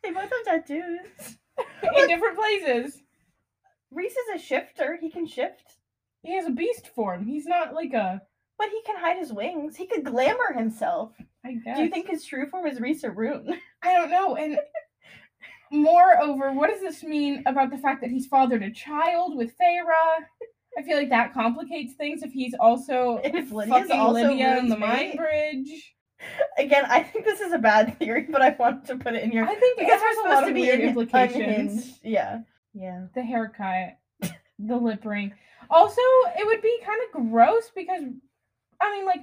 A: They both have tattoos.
B: in different places.
A: Reese is a shifter. He can shift,
B: He has a beast form. He's not like a.
A: but he can hide his wings. He could glamour himself.
B: I guess.
A: Do you think his true form is Reese or Rune?
B: I don't know. And moreover, what does this mean about the fact that he's fathered a child with Feyre? I feel like that complicates things if he's also
A: And if Lydia's
B: fucking
A: also
B: Lydia in
A: Rune's
B: the Mind
A: mate?
B: Bridge.
A: Again, I think this is a bad theory, but I wanted to put it in here
B: I think it
A: because
B: has
A: we're
B: a lot
A: supposed to
B: of
A: be
B: weird
A: in
B: implications.
A: unhinged. Yeah, yeah.
B: The haircut, the lip ring. Also, it would be kind of gross because, I mean, like,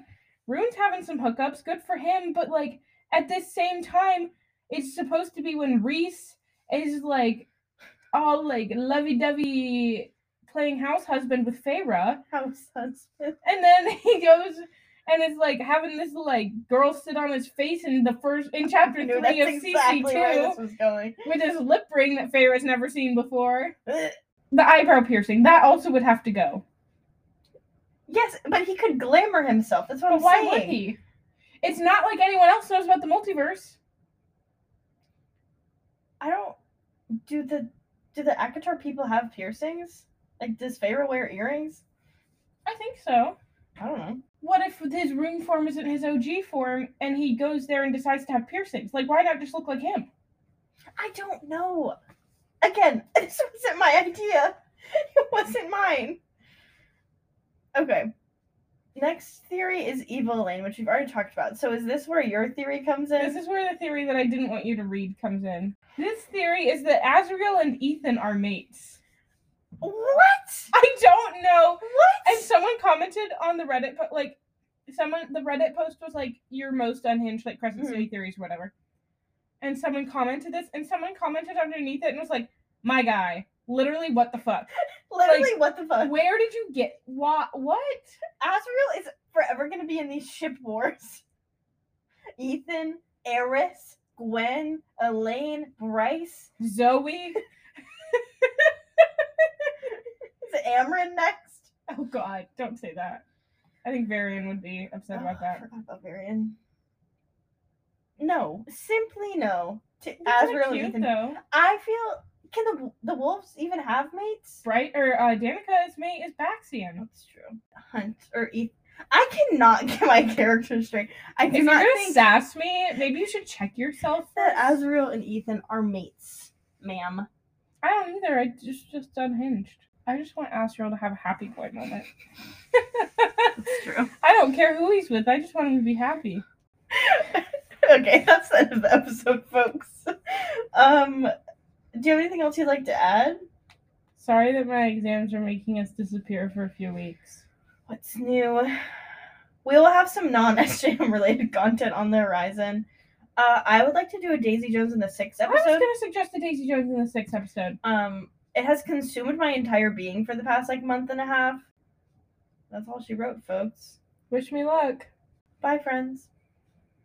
B: Rune's having some hookups. Good for him. But, like, at this same time, It's supposed to be when Reese is like all like lovey dovey playing house husband with Feyre.
A: House husband.
B: And then he goes and is like having this like girl sit on his face in the first in chapter
A: No,
B: three of CC
A: where
B: two
A: this was going.
B: with his lip ring that Feyre's never seen before. The eyebrow piercing that also would have to go.
A: Yes, but he could glamour himself. That's what
B: But
A: I'm
B: why
A: saying.
B: would he? It's not like anyone else knows about the multiverse.
A: I don't. Do the do the Akatar people have piercings? Like, does Feyre wear earrings?
B: I think so.
A: I don't know.
B: What if his room form isn't his OG form and he goes there and decides to have piercings? Like, why not just look like him?
A: I don't know. Again, this wasn't my idea. It wasn't mine. Okay. Next theory is Evil Lane, which we've already talked about. So is this where your theory comes
B: This
A: in?
B: is where the theory that I didn't want you to read comes in. This theory is that Azrael and Ethan are mates.
A: What?
B: I don't know. And
A: What?
B: someone commented on the Reddit, but like, someone the Reddit post was like your most unhinged, like Crescent
A: Mm-hmm.
B: City theories, or whatever. And someone commented this, and someone commented underneath it and was like, "My guy, literally, what the fuck?
A: Literally, what the fuck?
B: Where did you get what? What?
A: Azrael is forever gonna be in these ship wars. Ethan, Eris, Gwen, Elaine, Bryce,
B: Zoe?
A: is Amryn next?
B: Oh God, don't say that. I think Varian would be upset
A: Oh,
B: about
A: I
B: that.
A: forgot about Varian. No, simply no to
B: They're kinda
A: Azrael and
B: cute,
A: Ethan.
B: though.
A: I feel can the the wolves even have mates?
B: Bright or uh, Danica's mate is Baxian.
A: That's true. Hunt or Ethan. I cannot get my character straight. I do
B: If you're
A: not
B: gonna
A: think
B: sass me, maybe you should check yourself.
A: that
B: first.
A: Azrael and Ethan are mates, ma'am.
B: I don't either. I just just unhinged. I just want Astral to have a happy boy moment.
A: That's true.
B: I don't care who he's with. I just want him to be happy.
A: okay, that's the end of the episode, folks. Um, do you have anything else you'd like to add?
B: Sorry that my exams are making us disappear for a few weeks.
A: What's new? We will have some non-SJM related content on the horizon. Uh, I would like to do a Daisy Jones in the Six
B: I was
A: episode.
B: gonna suggest the Daisy Jones in the sixth episode.
A: Um, it has consumed my entire being for the past like month and a half. That's all she wrote, folks.
B: Wish me luck.
A: Bye, friends.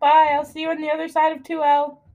B: Bye. I'll see you on the other side of 2L.